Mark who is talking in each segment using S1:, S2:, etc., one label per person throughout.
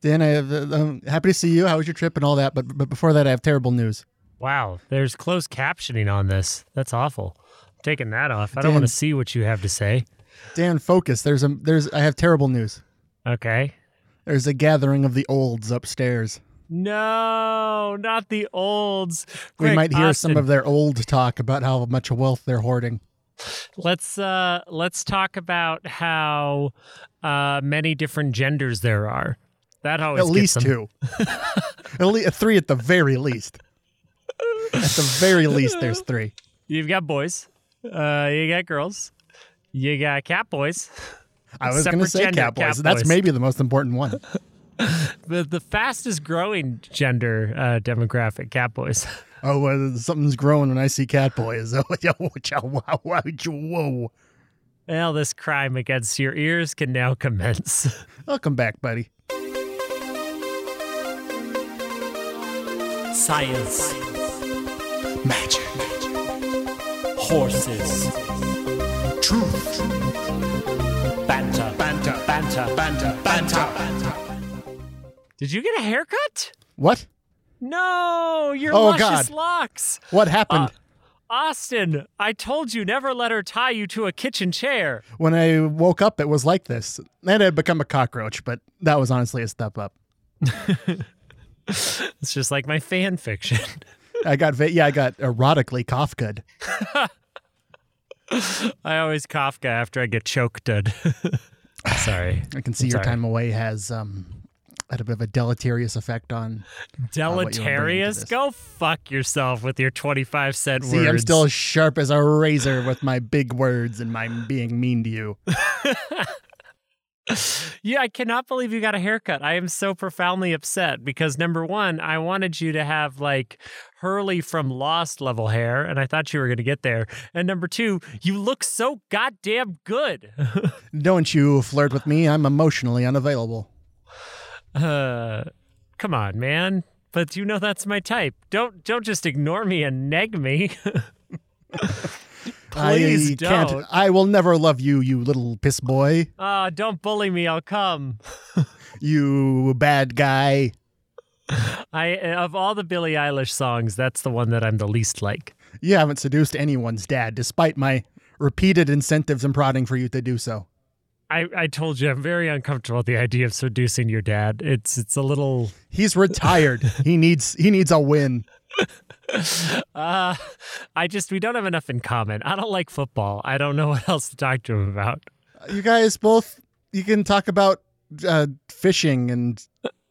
S1: Dan, I have, uh, I'm happy to see you. How was your trip and all that? But but before that, I have terrible news.
S2: Wow, there's closed captioning on this. That's awful. I'm taking that off. I don't
S1: Dan-
S2: want to see what you have to say.
S1: Dan, focus. There's a there's. I have terrible news.
S2: Okay.
S1: There's a gathering of the olds upstairs.
S2: No, not the olds.
S1: we
S2: Quick,
S1: might hear some
S2: Austin,
S1: of their old talk about how much wealth they're hoarding.
S2: Let's uh let's talk about how uh many different genders there are. That always
S1: At least
S2: gets them.
S1: two. at least three at the very least. At the very least, there's three.
S2: You've got boys. Uh you got girls. You got cat boys.
S1: I was going to
S2: Separate
S1: say
S2: gender,
S1: cat boys.
S2: cat
S1: That's
S2: boys.
S1: maybe the most important one.
S2: The the fastest growing gender uh demographic, cat boys.
S1: Oh, well, something's growing when I see cat boys. Oh, yo, chow, wow, wow, chow, whoa.
S2: Well, this crime against your ears can now commence.
S1: Welcome back, buddy.
S3: Science.
S1: Magic.
S3: Horses. Truth. Banter. Banter. Banter. Banter. Banter.
S2: Did you get a haircut?
S1: What?
S2: No, your
S1: Oh,
S2: luscious
S1: God.
S2: locks.
S1: What
S2: Uh,
S1: happened
S2: Austin, I told you never let her tie you to a kitchen chair.
S1: when I woke up? It was like this. And I had become a cockroach, but that was honestly a step up.
S2: It's just like my fan fiction.
S1: I got, va- yeah, I got erotically Kafkaed.
S2: I always Kafka after I get choked. dud. Sorry.
S1: I can see your
S2: Sorry.
S1: time away has um, had a bit of a deleterious effect on. what you were bringing to
S2: Deleterious?
S1: this.
S2: Go fuck yourself with your 25 cent
S1: See,
S2: words.
S1: I'm still as sharp as a razor with my big words and my being mean to you.
S2: Yeah, I cannot believe you got a haircut. I am so profoundly upset because number one, I wanted you to have like Hurley from Lost level hair, and I thought you were going to get there. And number two, you look so goddamn good.
S1: Don't you flirt with me. I'm emotionally unavailable.
S2: uh, come on, man. But you know that's my type. Don't don't just ignore me and neg me. Please
S1: I
S2: don't.
S1: I will never love you, you little piss boy.
S2: Ah, don't bully me. I'll come.
S1: You bad guy.
S2: I of all the Billie Eilish songs, that's the one that I'm the least like.
S1: You haven't seduced anyone's dad, despite my repeated incentives and prodding for you to do so.
S2: I, I told you I'm very uncomfortable with the idea of seducing your dad. It's it's a little
S1: He's retired. he needs he needs a win.
S2: uh I just we don't have enough in common. I don't like football. I don't know what else to talk to him about.
S1: You guys both you can talk about uh, fishing and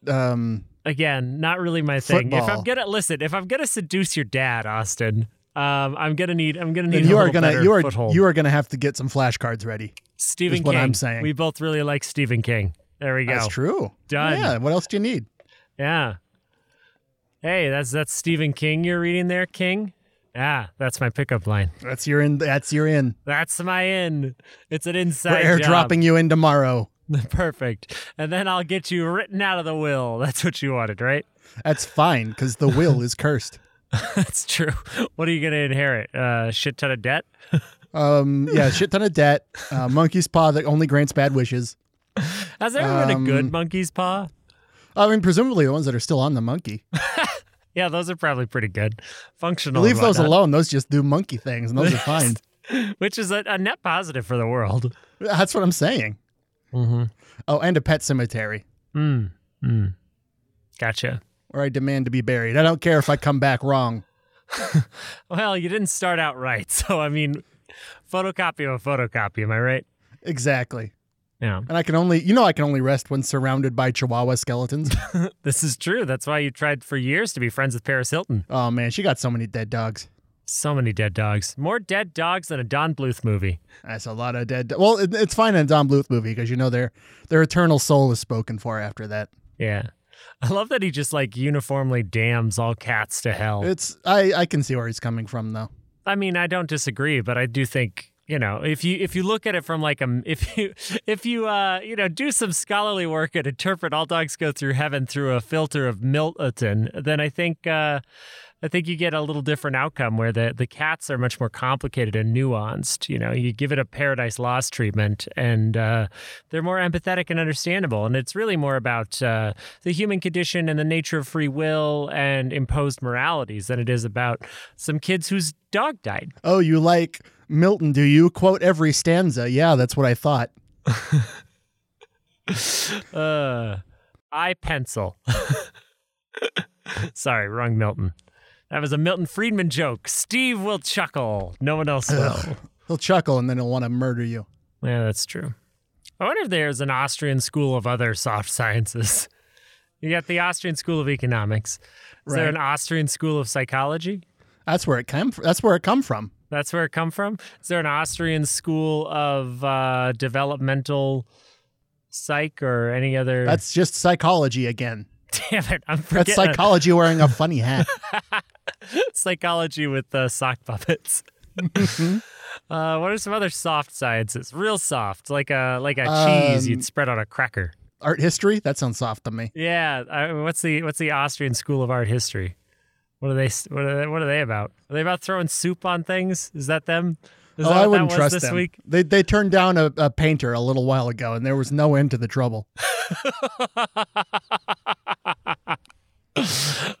S1: um
S2: Again, not really my thing. If
S1: Football.
S2: I'm gonna listen, if I'm gonna seduce your dad, Austin, um I'm gonna need I'm gonna need
S1: then you
S2: a
S1: are
S2: little
S1: gonna
S2: better
S1: you are
S2: foothold.
S1: you are gonna have to get some flashcards ready.
S2: Stephen
S1: is
S2: King.
S1: what I'm saying.
S2: We both really like Stephen King. There we go.
S1: That's true.
S2: Done.
S1: Yeah, what else do you need?
S2: Yeah. Hey, that's that's Stephen King you're reading there, King? Yeah, that's my pickup line.
S1: That's your in that's your in.
S2: That's my in. It's an inside
S1: We're
S2: job.
S1: airdropping you in tomorrow.
S2: Perfect. And then I'll get you written out of the will. That's what you wanted, right?
S1: That's fine, because the will is cursed.
S2: That's true. What are you going to inherit? Uh, shit ton of debt?
S1: Um, yeah, shit ton of debt. Uh, monkey's paw that only grants bad wishes.
S2: Has there ever been a
S1: Um,
S2: good monkey's paw?
S1: I mean, presumably the ones that are still on the monkey.
S2: Yeah, those are probably pretty good. Functional.
S1: Leave
S2: and
S1: those
S2: whatnot,
S1: alone. Those just do monkey things, and those are fine.
S2: Which is a, a net positive for the world.
S1: That's what I'm saying.
S2: Mm-hmm.
S1: Oh, and a pet cemetery
S2: Mm. Mm. Gotcha.
S1: where I demand to be buried. I don't care if I come back wrong.
S2: Well, you didn't start out right. So, I mean, photocopy of a photocopy. Am I right?
S1: Exactly.
S2: Yeah.
S1: And I can only, you know, I can only rest when surrounded by Chihuahua skeletons.
S2: This is true. That's why you tried for years to be friends with Paris Hilton.
S1: oh man, she got so many dead dogs.
S2: So many dead dogs. More dead dogs than a Don Bluth movie.
S1: That's a lot of dead. Do- well, it, it's fine in a Don Bluth movie because you know their their eternal soul is spoken for after that.
S2: Yeah. I love that he just like uniformly damns all cats to hell.
S1: It's I I can see where he's coming from though.
S2: I mean, I don't disagree, but I do think, you know, if you if you look at it from like a if you if you uh, you know, do some scholarly work and interpret all dogs go through heaven through a filter of Milton, then I think uh I think you get a little different outcome where the, the cats are much more complicated and nuanced. You know, you give it a Paradise Lost treatment, and uh, they're more empathetic and understandable. And it's really more about uh, the human condition and the nature of free will and imposed moralities than it is about some kids whose dog died.
S1: Oh, you like Milton, do you? Quote every stanza. Yeah, that's what I thought.
S2: Uh, I pencil. Sorry, wrong Milton. That was a Milton Friedman joke. Steve will chuckle. No one else will.
S1: He'll chuckle and then he'll want to murder you.
S2: Yeah, that's true. I wonder if there's an Austrian school of other soft sciences. You got the Austrian school of economics. Is there
S1: Right.
S2: an Austrian school of psychology?
S1: That's where it came. From. That's where it come from.
S2: That's where it come from. Is there an Austrian school of uh, developmental psych or any other?
S1: That's just psychology again.
S2: damn it. I'm
S1: That's
S2: forgetting
S1: psychology wearing a funny hat.
S2: psychology with uh, sock puppets.
S1: Mm-hmm.
S2: uh, what are some other soft sciences? Real soft, like a like a cheese
S1: Um,
S2: you'd spread on a cracker.
S1: Art history? That sounds soft to me.
S2: Yeah. I, what's the What's the Austrian School of Art history? What are they What are they, What are they about? Are they about throwing soup on things? Is that them? Is
S1: oh,
S2: that
S1: I
S2: what that
S1: wouldn't
S2: was
S1: trust
S2: this
S1: them.
S2: week?
S1: They they turned down a, a painter a little while ago, and there was no end to the trouble.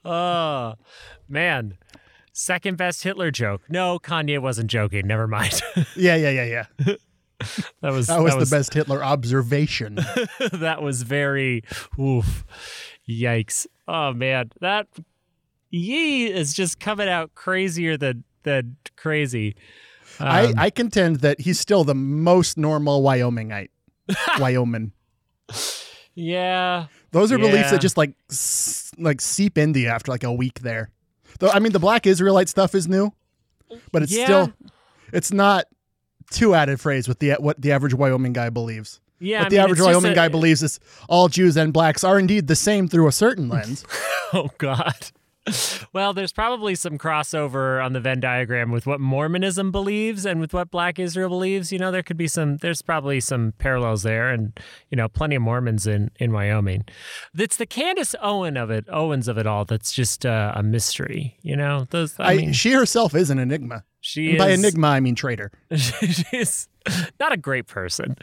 S2: Oh man. Second best Hitler joke. No, Kanye wasn't joking. Never mind.
S1: Yeah, yeah, yeah, yeah.
S2: that was
S1: That was,
S2: that was
S1: the best Hitler observation.
S2: that was very oof yikes oh man that ye is just coming out crazier than than crazy Um,
S1: I, I contend that he's still the most normal Wyomingite. Wyoming.
S2: yeah
S1: Those are beliefs
S2: Yeah.
S1: that just like s- like seep into you after like a week there. Though I mean, the Black Israelite stuff is new, but it's
S2: Yeah.
S1: still it's not too out of phrase with the what the average Wyoming guy believes.
S2: yeah
S1: What
S2: I
S1: the
S2: mean,
S1: average
S2: it's just
S1: Wyoming
S2: a-
S1: guy believes is all Jews and blacks are indeed the same through a certain lens.
S2: oh god well there's probably some crossover on the venn diagram with what mormonism believes and with what black israel believes you know there could be some there's probably some parallels there and you know plenty of mormons in in wyoming it's the candace owen of it owens of it all that's just uh, a mystery you know those i,
S1: I
S2: mean
S1: she herself is an enigma.
S2: she
S1: And by
S2: is,
S1: enigma, I mean traitor.
S2: she's not a great person.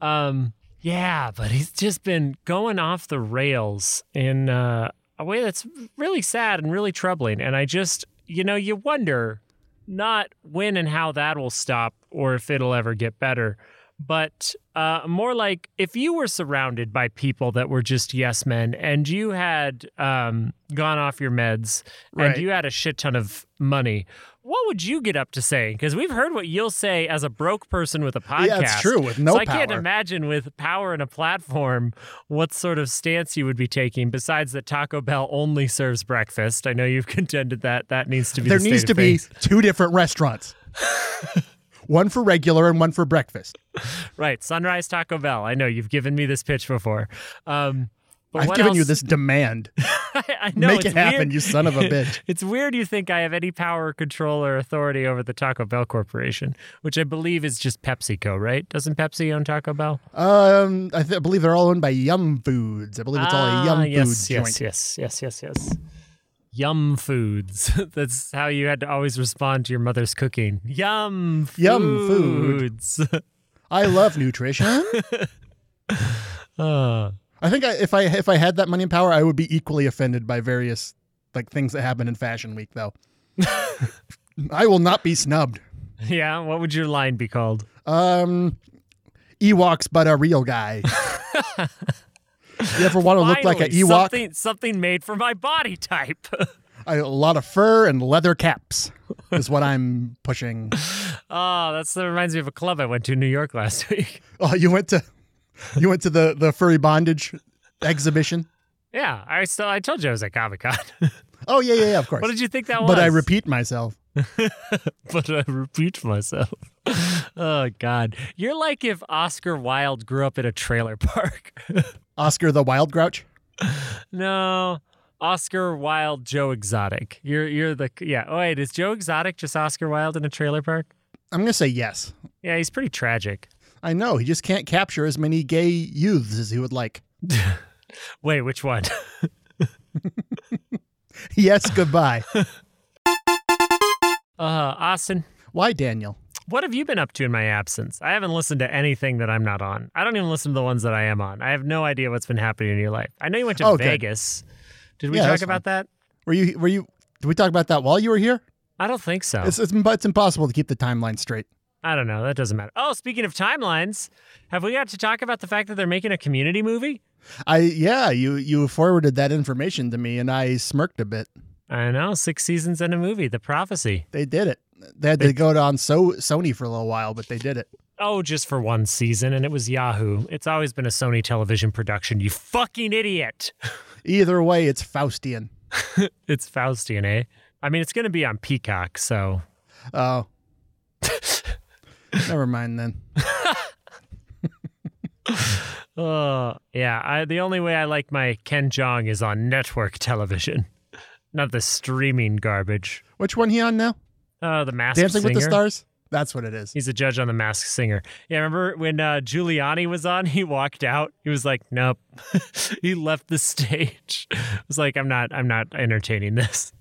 S2: Um, yeah, but he's just been going off the rails in uh, a way that's really sad and really troubling. And I just, you know, you wonder not when and how that will stop or if it'll ever get better. But uh, more like if you were surrounded by people that were just yes men and you had um, gone off your meds and
S1: Right.
S2: you had a shit ton of money, what would you get up to saying? Because we've heard what you'll say as a broke person with a podcast.
S1: Yeah, it's true. With no
S2: so I
S1: power.
S2: can't imagine with power and a platform what sort of stance you would be taking. Besides that, Taco Bell only serves breakfast. I know you've contended that that needs to be.
S1: there
S2: the state
S1: needs
S2: of
S1: to be
S2: things.
S1: two different restaurants, one for regular and one for breakfast.
S2: right. Sunrise Taco Bell. I know you've given me this pitch before. Um, but
S1: I've
S2: what
S1: given you
S2: else-
S1: this demand.
S2: I, I know
S1: Make
S2: it's
S1: it happen,
S2: weird.
S1: you son of a bitch.
S2: it's weird you think I have any power, control, or authority over the Taco Bell Corporation, which I believe is just PepsiCo, right? Doesn't Pepsi own Taco Bell?
S1: Um, I, th- I believe they're all owned by Yum Foods. I believe it's all a
S2: Ah,
S1: Yum
S2: yes,
S1: Foods
S2: yes,
S1: joint.
S2: Yes, yes, yes, yes, Yum foods. That's how you had to always respond to your mother's cooking. Yum foods.
S1: Yum food. I love nutrition.
S2: Uh,
S1: I think I, if I if I had that money and power, I would be equally offended by various like things that happen in Fashion Week, though. I will not be snubbed.
S2: yeah, what would your line be called?
S1: Um, Ewoks, but a real guy. you ever want to look like an
S2: Finally,
S1: Ewok?
S2: Something, something made for my body type.
S1: I- A lot of fur and leather caps is what I'm pushing.
S2: oh, that's, that reminds me of a club I went to in New York last week.
S1: Oh, you went to you went to the the furry bondage exhibition.
S2: Yeah, I still I told you I was at Comic Con.
S1: Oh yeah, yeah, yeah, of course.
S2: what did you think that was?
S1: but I repeat myself.
S2: but I repeat myself. oh God, you're like if Oscar Wilde grew up in a trailer park.
S1: Oscar the Wild Grouch.
S2: no, Oscar Wilde, Joe Exotic. You're you're the yeah. Oh, wait, is Joe Exotic just Oscar Wilde in a trailer park?
S1: I'm gonna say yes.
S2: Yeah, he's pretty tragic.
S1: I know he just can't capture as many gay youths as he would like.
S2: Wait, which one?
S1: Yes, goodbye.
S2: Uh, Austin,
S1: Why, Daniel?
S2: what have you been up to in my absence? I haven't listened to anything that I'm not on. I don't even listen to the ones that I am on. I have no idea what's been happening in your life. I know you went to
S1: Oh, good.
S2: Vegas. Did we
S1: Yeah,
S2: talk
S1: that's
S2: about that?
S1: Were you were you? Did we talk about that while you were here?
S2: I don't think so.
S1: It's, it's it's impossible to keep the timeline straight.
S2: I don't know. That doesn't matter. Oh, speaking of timelines, have we got to talk about the fact that they're making a community movie?
S1: I yeah, you you forwarded that information to me, and I smirked a bit.
S2: I know, six seasons and a movie, The Prophecy.
S1: They did it. They had to go on so Sony for a little while, but they did it.
S2: Oh, just for one season, and it was Yahoo. It's always been a Sony television production, you fucking idiot.
S1: Either way, it's Faustian.
S2: It's Faustian, eh? I mean, it's going to be on Peacock, so.
S1: Oh, never mind then.
S2: Uh, yeah, I, the only way I like my Ken Jong is on network television, not the streaming garbage.
S1: Which one he on now?
S2: Uh, the Masked
S1: Dancing with the
S2: Singer.
S1: Stars. That's what it is.
S2: He's a judge on The Masked Singer. Yeah, remember when uh, Giuliani was on? He walked out. He was like, "Nope," he left the stage. I was like, "I'm not, I'm not entertaining this."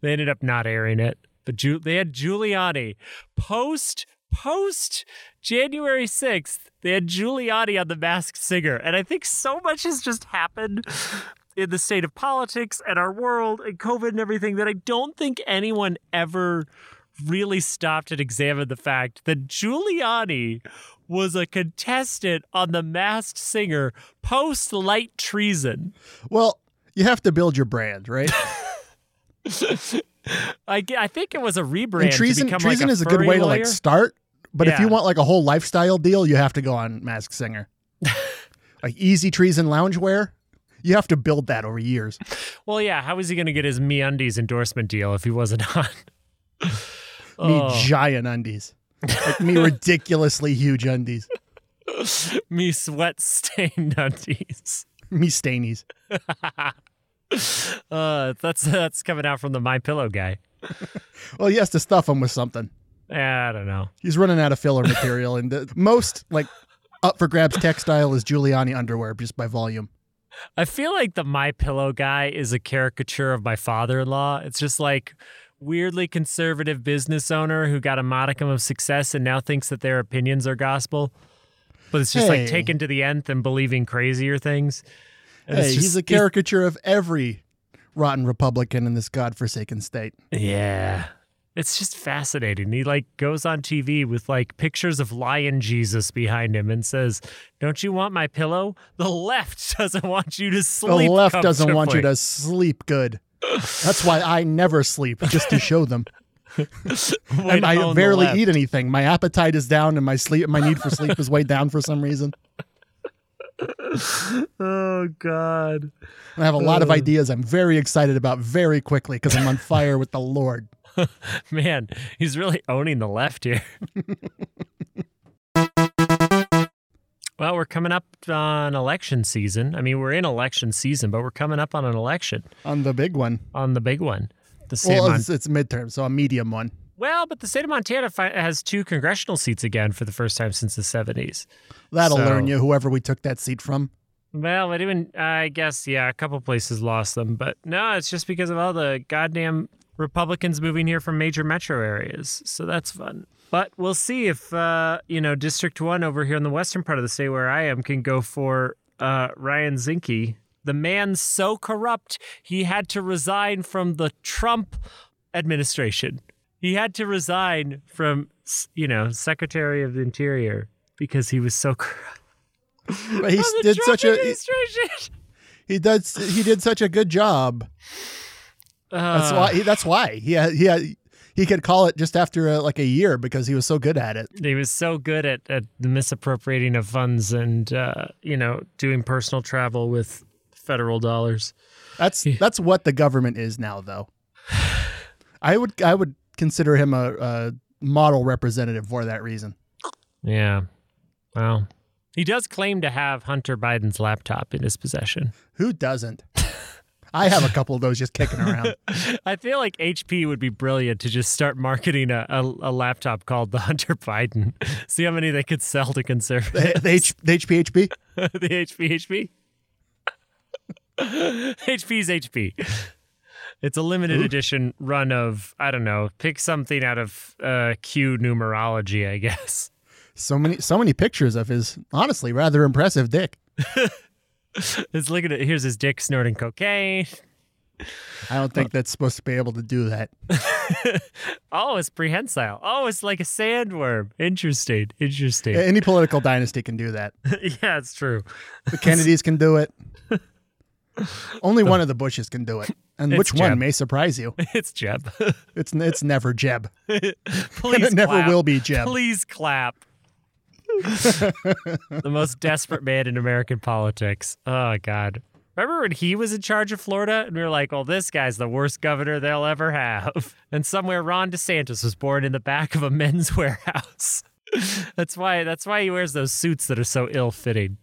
S2: They ended up not airing it, but Ju- they had Giuliani post post January sixth. They had Giuliani on The Masked Singer, and I think so much has just happened. In the state of politics and our world and COVID and everything, that I don't think anyone ever really stopped and examined the fact that Giuliani was a contestant on The Masked Singer post light treason.
S1: Well, you have to build your brand, right?
S2: I, g- I think it was a rebrand.
S1: and
S2: to
S1: treason
S2: become, like,
S1: treason is a good
S2: furry
S1: way to
S2: lawyer.
S1: like start. But if you
S2: Yeah.
S1: want like a whole lifestyle deal, you have to go on Mask Singer. like easy treason loungewear, you have to build that over years.
S2: Well, yeah. How was he going to get his MeUndies endorsement deal if he wasn't on?
S1: Me
S2: Oh,
S1: giant undies, like me ridiculously huge undies,
S2: me sweat stained undies.
S1: me stainies.
S2: Uh, that's that's coming out from the My Pillow guy.
S1: Well, he has to stuff them with something.
S2: I don't know.
S1: He's running out of filler material, and the most like up for grabs textile is Giuliani underwear just by volume.
S2: I feel like the My Pillow guy is a caricature of my father-in-law. It's just like weirdly conservative business owner who got a modicum of success and now thinks that their opinions are gospel. But it's just
S1: Hey.
S2: like taken to the nth and believing crazier things. And it's
S1: Hey,
S2: just-
S1: he's a caricature of every rotten Republican in this godforsaken state.
S2: Yeah. It's just fascinating. He like goes on TV with like pictures of lion Jesus behind him and says, "Don't you want my pillow? The left doesn't want you to
S1: The
S2: sleep.
S1: left doesn't want you
S2: comfortably."
S1: to sleep good. That's why I never sleep, just to show them.
S2: Way
S1: and
S2: to own
S1: I
S2: the
S1: barely
S2: left.
S1: eat anything. My appetite is down, and my sleep, my need for sleep is way down for some reason.
S2: Oh God.
S1: I have a lot of ideas I'm very excited about very quickly because I'm on fire with the Lord.
S2: Man, he's really owning the left here. well, we're coming up on election season. I mean, we're in election season, but we're coming up on an election
S1: On the big one.
S2: on the big one. The state
S1: Well,
S2: of Mon-
S1: it's, it's midterm, so a medium one.
S2: well, but the state of Montana fi- has two congressional seats again for the first time since the 70s.
S1: That'll
S2: So-
S1: learn you, whoever we took that seat from.
S2: Well, I even I guess yeah, a couple places lost them, but no, it's just because of all the goddamn Republicans moving here from major metro areas. So that's fun. But we'll see if uh, you know District One over here in the western part of the state where I am can go for uh, Ryan Zinke, the man so corrupt he had to resign from the Trump administration. He had to resign from you know Secretary of the Interior because he was so corrupt.
S1: But he
S2: The
S1: did
S2: Trump
S1: such a
S2: administration.
S1: he does he did such a good job. That's why he, that's why he had, he had, he could call it just after uh like a year because he was so good at it.
S2: he was so good at, at the misappropriating of funds and uh, you know doing personal travel with federal dollars.
S1: That's that's what the government is now, though. I would I would consider him a, a model representative for that reason.
S2: Yeah. Wow. He does claim to have Hunter Biden's laptop in his possession.
S1: Who doesn't? I have a couple of those just kicking around.
S2: I feel like HP would be brilliant to just start marketing a, a, a laptop called the Hunter Biden. See how many they could sell to conservatives.
S1: The, the, H, the HPHP.
S2: the HP HP. HP's HP. It's a limited edition run of I don't know. Pick something out of uh, Q numerology, I guess.
S1: So many, so many pictures of his honestly rather impressive dick.
S2: It's looking at here's his dick snorting cocaine.
S1: I don't think that's supposed to be able to do that.
S2: Oh, it's prehensile. Oh, it's like a sandworm. Interesting. Interesting.
S1: Any political dynasty can do that.
S2: yeah, it's true.
S1: The Kennedys can do it. Only one of the Bushes can do it, and
S2: It's
S1: which one
S2: Jeb.
S1: may surprise you.
S2: It's Jeb.
S1: It's it's never Jeb.
S2: Please
S1: it never
S2: clap.
S1: will be Jeb.
S2: Please clap. the most desperate man in American politics. Oh God. Remember when he was in charge of Florida and we were like, well, this guy's the worst governor they'll ever have. And somewhere Ron DeSantis was born in the back of a men's warehouse. that's why that's why he wears those suits that are so ill fitting.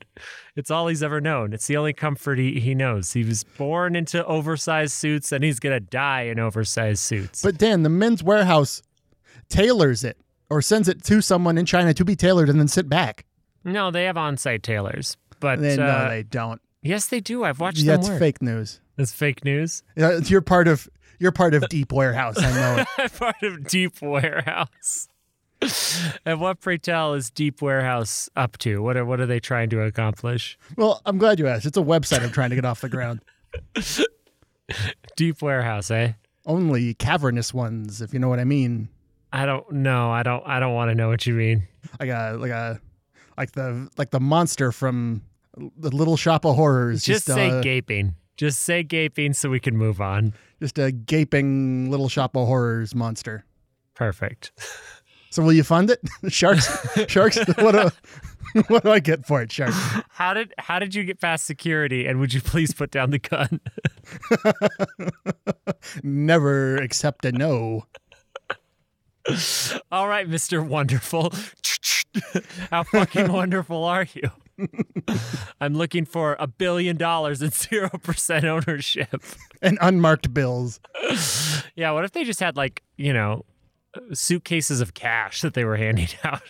S2: It's all he's ever known. It's the only comfort he, he knows. He was born into oversized suits and he's gonna die in oversized suits.
S1: But Dan, the men's warehouse tailors it or sends it to someone in China to be tailored and then sit back.
S2: No, they have on-site tailors, but
S1: They-
S2: uh,
S1: no, they don't.
S2: yes, they do. I've watched them
S1: That's
S2: work.
S1: fake news.
S2: That's fake news.
S1: Uh, You're part of you're part of Deep Warehouse. I know it.
S2: Part of Deep Warehouse. and what, pray tell, is Deep Warehouse up to? What are what are they trying to accomplish?
S1: Well, I'm glad you asked. It's a website I'm trying to get off the ground.
S2: Deep Warehouse, eh?
S1: Only cavernous ones, if you know what I mean.
S2: I don't know. I don't. I don't want to know what you mean.
S1: Like a like a like the like the monster from the Little Shop of Horrors.
S2: Just, say
S1: uh,
S2: gaping. Just say gaping, so we can move on.
S1: just a gaping Little Shop of Horrors monster.
S2: Perfect.
S1: So will you fund it, sharks? Sharks? What do, what do I get for it, sharks?
S2: How did how did you get past security? And would you please put down the gun?
S1: Never accept a no.
S2: All right, Mr. Wonderful. How fucking wonderful are you? I'm looking for a billion dollars and 0% ownership.
S1: And unmarked bills.
S2: Yeah, what if they just had, like, you know, suitcases of cash that they were handing out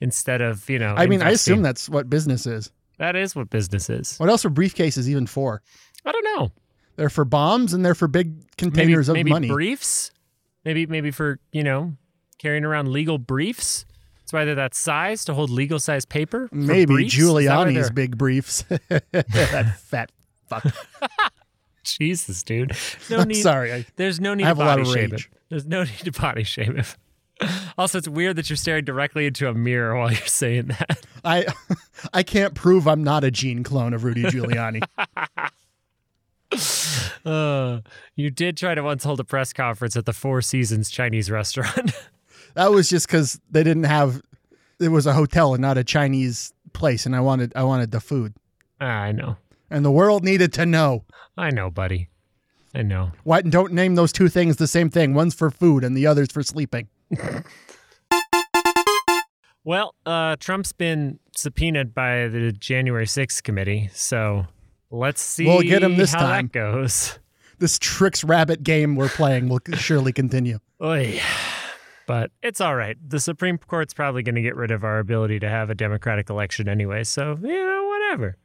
S2: instead of, you know.
S1: I mean, I
S2: investing?
S1: assume that's what business is.
S2: that is what business is.
S1: What else are briefcases even for?
S2: I don't know.
S1: They're for bombs and they're for big
S2: Maybe,
S1: containers of
S2: maybe
S1: money.
S2: briefs? Maybe, maybe for, you know, carrying around legal briefs? It's either that size to hold legal size paper. for
S1: maybe
S2: briefs? Is that why
S1: Giuliani's
S2: they're-
S1: big briefs. that fat fuck.
S2: Jesus, dude. No
S1: I'm
S2: need.
S1: sorry. I,
S2: There's no need
S1: I have
S2: to
S1: a lot
S2: body
S1: of
S2: shame
S1: rage.
S2: him. There's no need to body shame him. Also, it's weird that you're staring directly into a mirror while you're saying that.
S1: I, I can't prove I'm not a gene clone of Rudy Giuliani.
S2: Uh, you did try to once hold a press conference at the Four Seasons Chinese restaurant.
S1: that was just because they didn't have. It was a hotel and not a Chinese place, and I wanted I wanted the food,
S2: Ah, I know.
S1: and the world needed to know.
S2: I know, buddy. I know.
S1: Why don't name those two things the same thing? One's for food and the other's for sleeping.
S2: Well, uh, Trump's been subpoenaed by the January 6th committee, so let's see
S1: We'll get him this
S2: how
S1: time.
S2: that goes.
S1: This tricks rabbit game we're playing will surely continue.
S2: Oy. But it's all right. The Supreme Court's probably going to get rid of our ability to have a democratic election anyway. So, you know, whatever.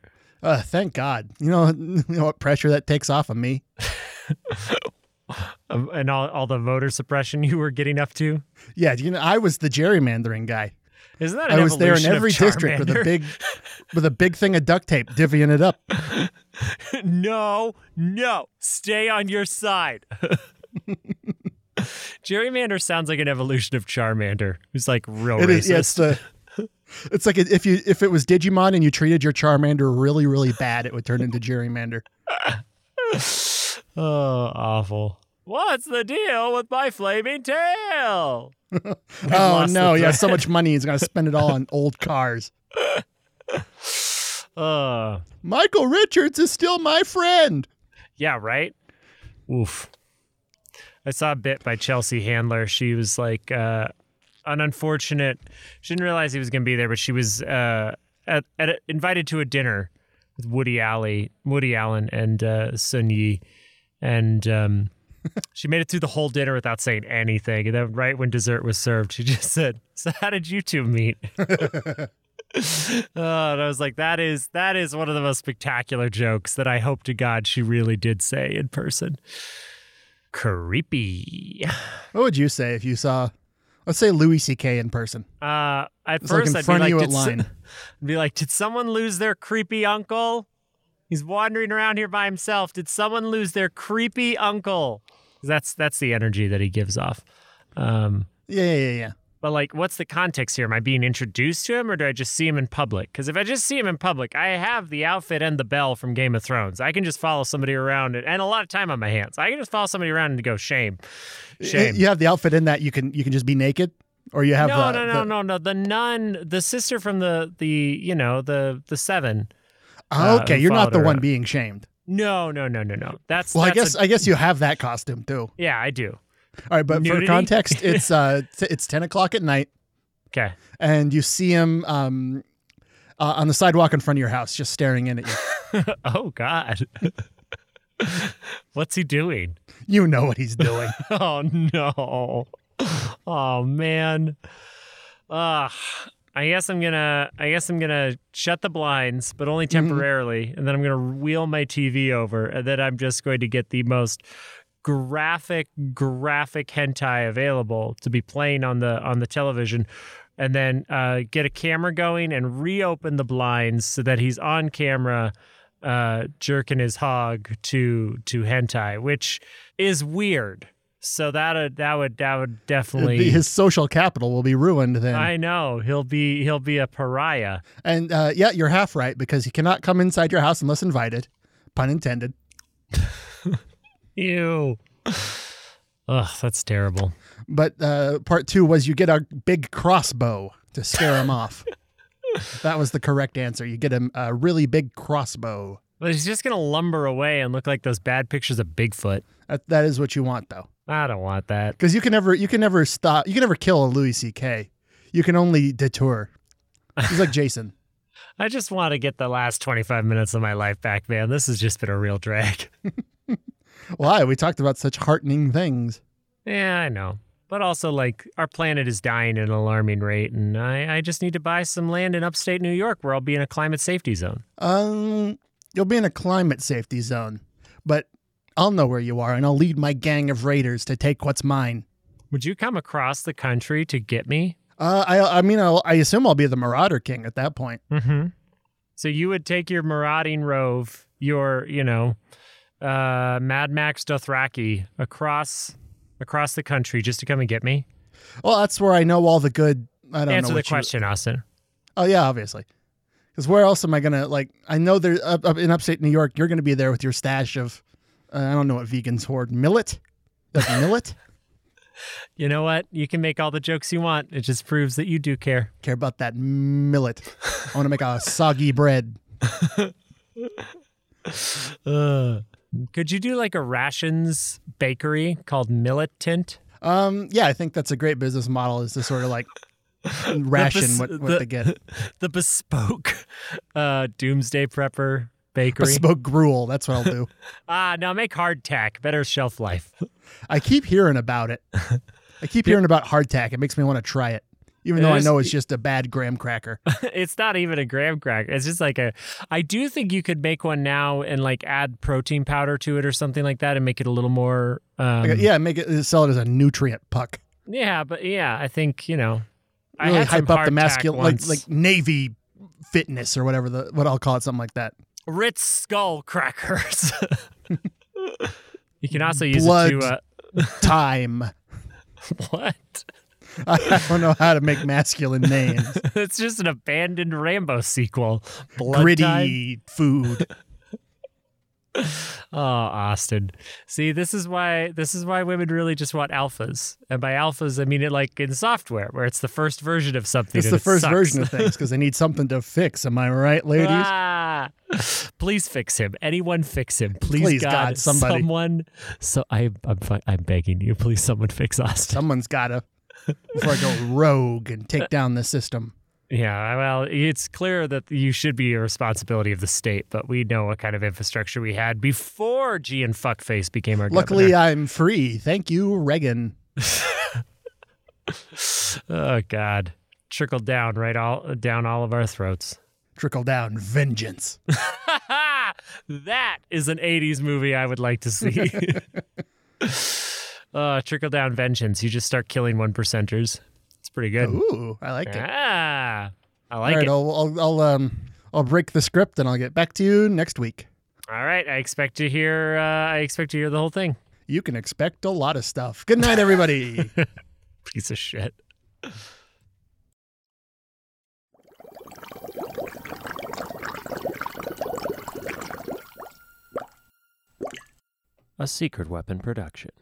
S1: Uh, thank God. You know, you know what pressure that takes off of me.
S2: Um, And all, all the voter suppression you were getting up to.
S1: Yeah, you know, I was the gerrymandering guy.
S2: Isn't that an
S1: I was there in
S2: evolution of
S1: every district with a
S2: Charmander?
S1: big, with a big thing of duct tape divvying it up.
S2: no, no, stay on your side. Gerrymander sounds like an evolution of Charmander, who's like real
S1: It
S2: racist.
S1: is. Yeah, it's the. It's like if you if it was Digimon and you treated your Charmander really really bad, it would turn into gerrymander.
S2: oh, awful. What's the deal with my flaming tail?
S1: Oh
S2: lost
S1: no!
S2: the
S1: Yeah, so much money. He's gonna spend it all on old cars.
S2: Uh,
S1: Michael Richards is still my friend.
S2: Yeah, right? Oof. I saw a bit by Chelsea Handler. She was like uh, an unfortunate. She didn't realize he was going to be there, but she was uh, at, at a, invited to a dinner with Woody Alley, Woody Allen, and uh, Sun Yi, and um, she made it through the whole dinner without saying anything. And then, right when dessert was served, she just said, "So, how did you two meet?" Oh, and I was like, that is that is one of the most spectacular jokes that I hope to God she really did say in person. Creepy.
S1: What would you say if you saw, let's say Louis C.K. in person?
S2: Uh, at
S1: It's like
S2: first,
S1: in
S2: I'd be
S1: front of
S2: like,
S1: you
S2: did
S1: at
S2: so-
S1: line.
S2: I'd be like, did someone lose their creepy uncle? He's wandering around here by himself. Did someone lose their creepy uncle? 'Cause That's that's the energy that he gives off. Um,
S1: Yeah, yeah, yeah, yeah.
S2: but like, what's the context here? Am I being introduced to him, or do I just see him in public? Because if I just see him in public, I have the outfit and the bell from Game of Thrones. I can just follow somebody around, and, and a lot of time on my hands. I can just follow somebody around and go shame, shame.
S1: You have the outfit in that you can you can just be naked, or you have
S2: no,
S1: the,
S2: no, no,
S1: the-
S2: no, no. The nun, the sister from the the you know the the seven.
S1: Oh,
S2: uh,
S1: okay,
S2: who
S1: you're
S2: followed
S1: not the
S2: her
S1: one
S2: around.
S1: being shamed.
S2: No, no, no, no, no. That's
S1: Well, I
S2: that's
S1: guess
S2: a-
S1: I guess you have that costume too.
S2: yeah, I do.
S1: All right, but
S2: Nudity?
S1: for context, it's uh, t- it's ten o'clock at night,
S2: Okay.
S1: and you see him um, uh, on the sidewalk in front of your house, just staring in at you.
S2: oh God, what's he doing?
S1: you know what he's doing.
S2: Oh no. Oh man. Ugh. I guess I'm gonna. I guess I'm gonna shut the blinds, but only temporarily, and then I'm gonna wheel my TV over, and then I'm just going to get the most graphic, graphic hentai available to be playing on the on the television, and then uh, get a camera going and reopen the blinds so that he's on camera, uh, jerking his hog to to hentai, which is weird. So that uh, that would that would definitely
S1: His social capital will be ruined then.
S2: I know he'll be he'll be a pariah.
S1: And uh, yeah, you're half right because he cannot come inside your house unless invited. Pun intended.
S2: Ew. Ugh, that's terrible.
S1: But uh, part two was you get a big crossbow to scare him off. That was the correct answer. You get him a really big crossbow.
S2: But he's just gonna lumber away and look like those bad pictures of Bigfoot.
S1: That, that is what you want though,
S2: I don't want that.
S1: because you can never you can never stop. You can never kill a Louis C.K. You can only deter. He's like Jason.
S2: I just want to get the last 25 minutes of my life back, man. This has just been a real drag.
S1: Why we talked about such heartening things.
S2: yeah, I know. But also, like, our planet is dying at an alarming rate, and I, I just need to buy some land in upstate New York where I'll be in a climate safety zone.
S1: Um, you'll be in a climate safety zone, but I'll know where you are, and I'll lead my gang of raiders to take what's mine.
S2: Would you come across the country to get me?
S1: Uh, I, I mean, I'll, I assume I'll be the Marauder King at that point.
S2: Mm-hmm. So you would take your marauding rove, your you know, uh, Mad Max Dothraki across across the country just to come and get me.
S1: Well, that's where I know all the good. I don't
S2: Answer
S1: know
S2: the
S1: what you-
S2: question, Austin.
S1: Oh yeah, obviously. Because where else am I gonna like? I know there up, up in upstate New York, you're gonna be there with your stash of, uh, I don't know what vegans hoard millet, like millet.
S2: You know what? You can make all the jokes you want. It just proves that you do care.
S1: Care about that millet? I want to make a soggy bread.
S2: Could you do like a rations bakery called Militant?
S1: Um, yeah, I think that's a great business model is to sort of like ration
S2: bes-
S1: what, what
S2: the-
S1: they get.
S2: The bespoke uh, doomsday prepper bakery.
S1: Bespoke gruel. That's what I'll do.
S2: ah, no, make hardtack. Better shelf life.
S1: I keep hearing about it. I keep hearing about hardtack. It makes me want to try it, even though I
S2: Yes.
S1: know it's just a bad graham cracker.
S2: it's not even a graham cracker. It's just like a. I do think you could make one now and like add protein powder to it or something like that and make it a little more. Um,
S1: Like, yeah, make it sell it as a nutrient puck.
S2: yeah, but yeah, I think you know. I
S1: Really
S2: had
S1: hype
S2: some
S1: up the
S2: hardtack
S1: masculine,
S2: once.
S1: like like navy fitness or whatever the what I'll call it, something like that.
S2: Ritz skull crackers. you can also use it
S1: Blood.
S2: to
S1: Time.
S2: uh, what?
S1: I don't know how to make masculine names.
S2: it's just an abandoned Rambo sequel. Blood Time?
S1: Gritty food.
S2: Oh, Austin. See, this is why this is why women really just want alphas. And by alphas I mean it like in software where it's the first version of something.
S1: It's
S2: and
S1: the
S2: it
S1: first
S2: sucks.
S1: version of things because they need something to fix. Am I right, ladies?
S2: Ah, please fix him. Anyone fix him. Please,
S1: Please,
S2: God,
S1: God, somebody.
S2: someone. So I, I'm, fi- I'm begging you. Please, someone fix Austin.
S1: Someone's gotta before I go rogue and take down the system.
S2: Yeah, well, it's clear that you should be a responsibility of the state, but we know what kind of infrastructure we had before G and Fuckface became our
S1: Luckily,
S2: governor.
S1: I'm free. Thank you, Reagan.
S2: oh God, trickled down right all down all of our throats.
S1: Trickle down vengeance.
S2: that is an 80s movie I would like to see. uh, trickle down vengeance. You just start killing one percenters. It's pretty good.
S1: Ooh, I like it.
S2: Ah, I
S1: All
S2: like
S1: right,
S2: it.
S1: I'll, I'll, I'll um I'll break the script and I'll get back to you next week.
S2: All right, I expect to hear. Uh, I expect to hear the whole thing.
S1: You can expect a lot of stuff. Good night, everybody.
S2: Piece of shit. A secret weapon production.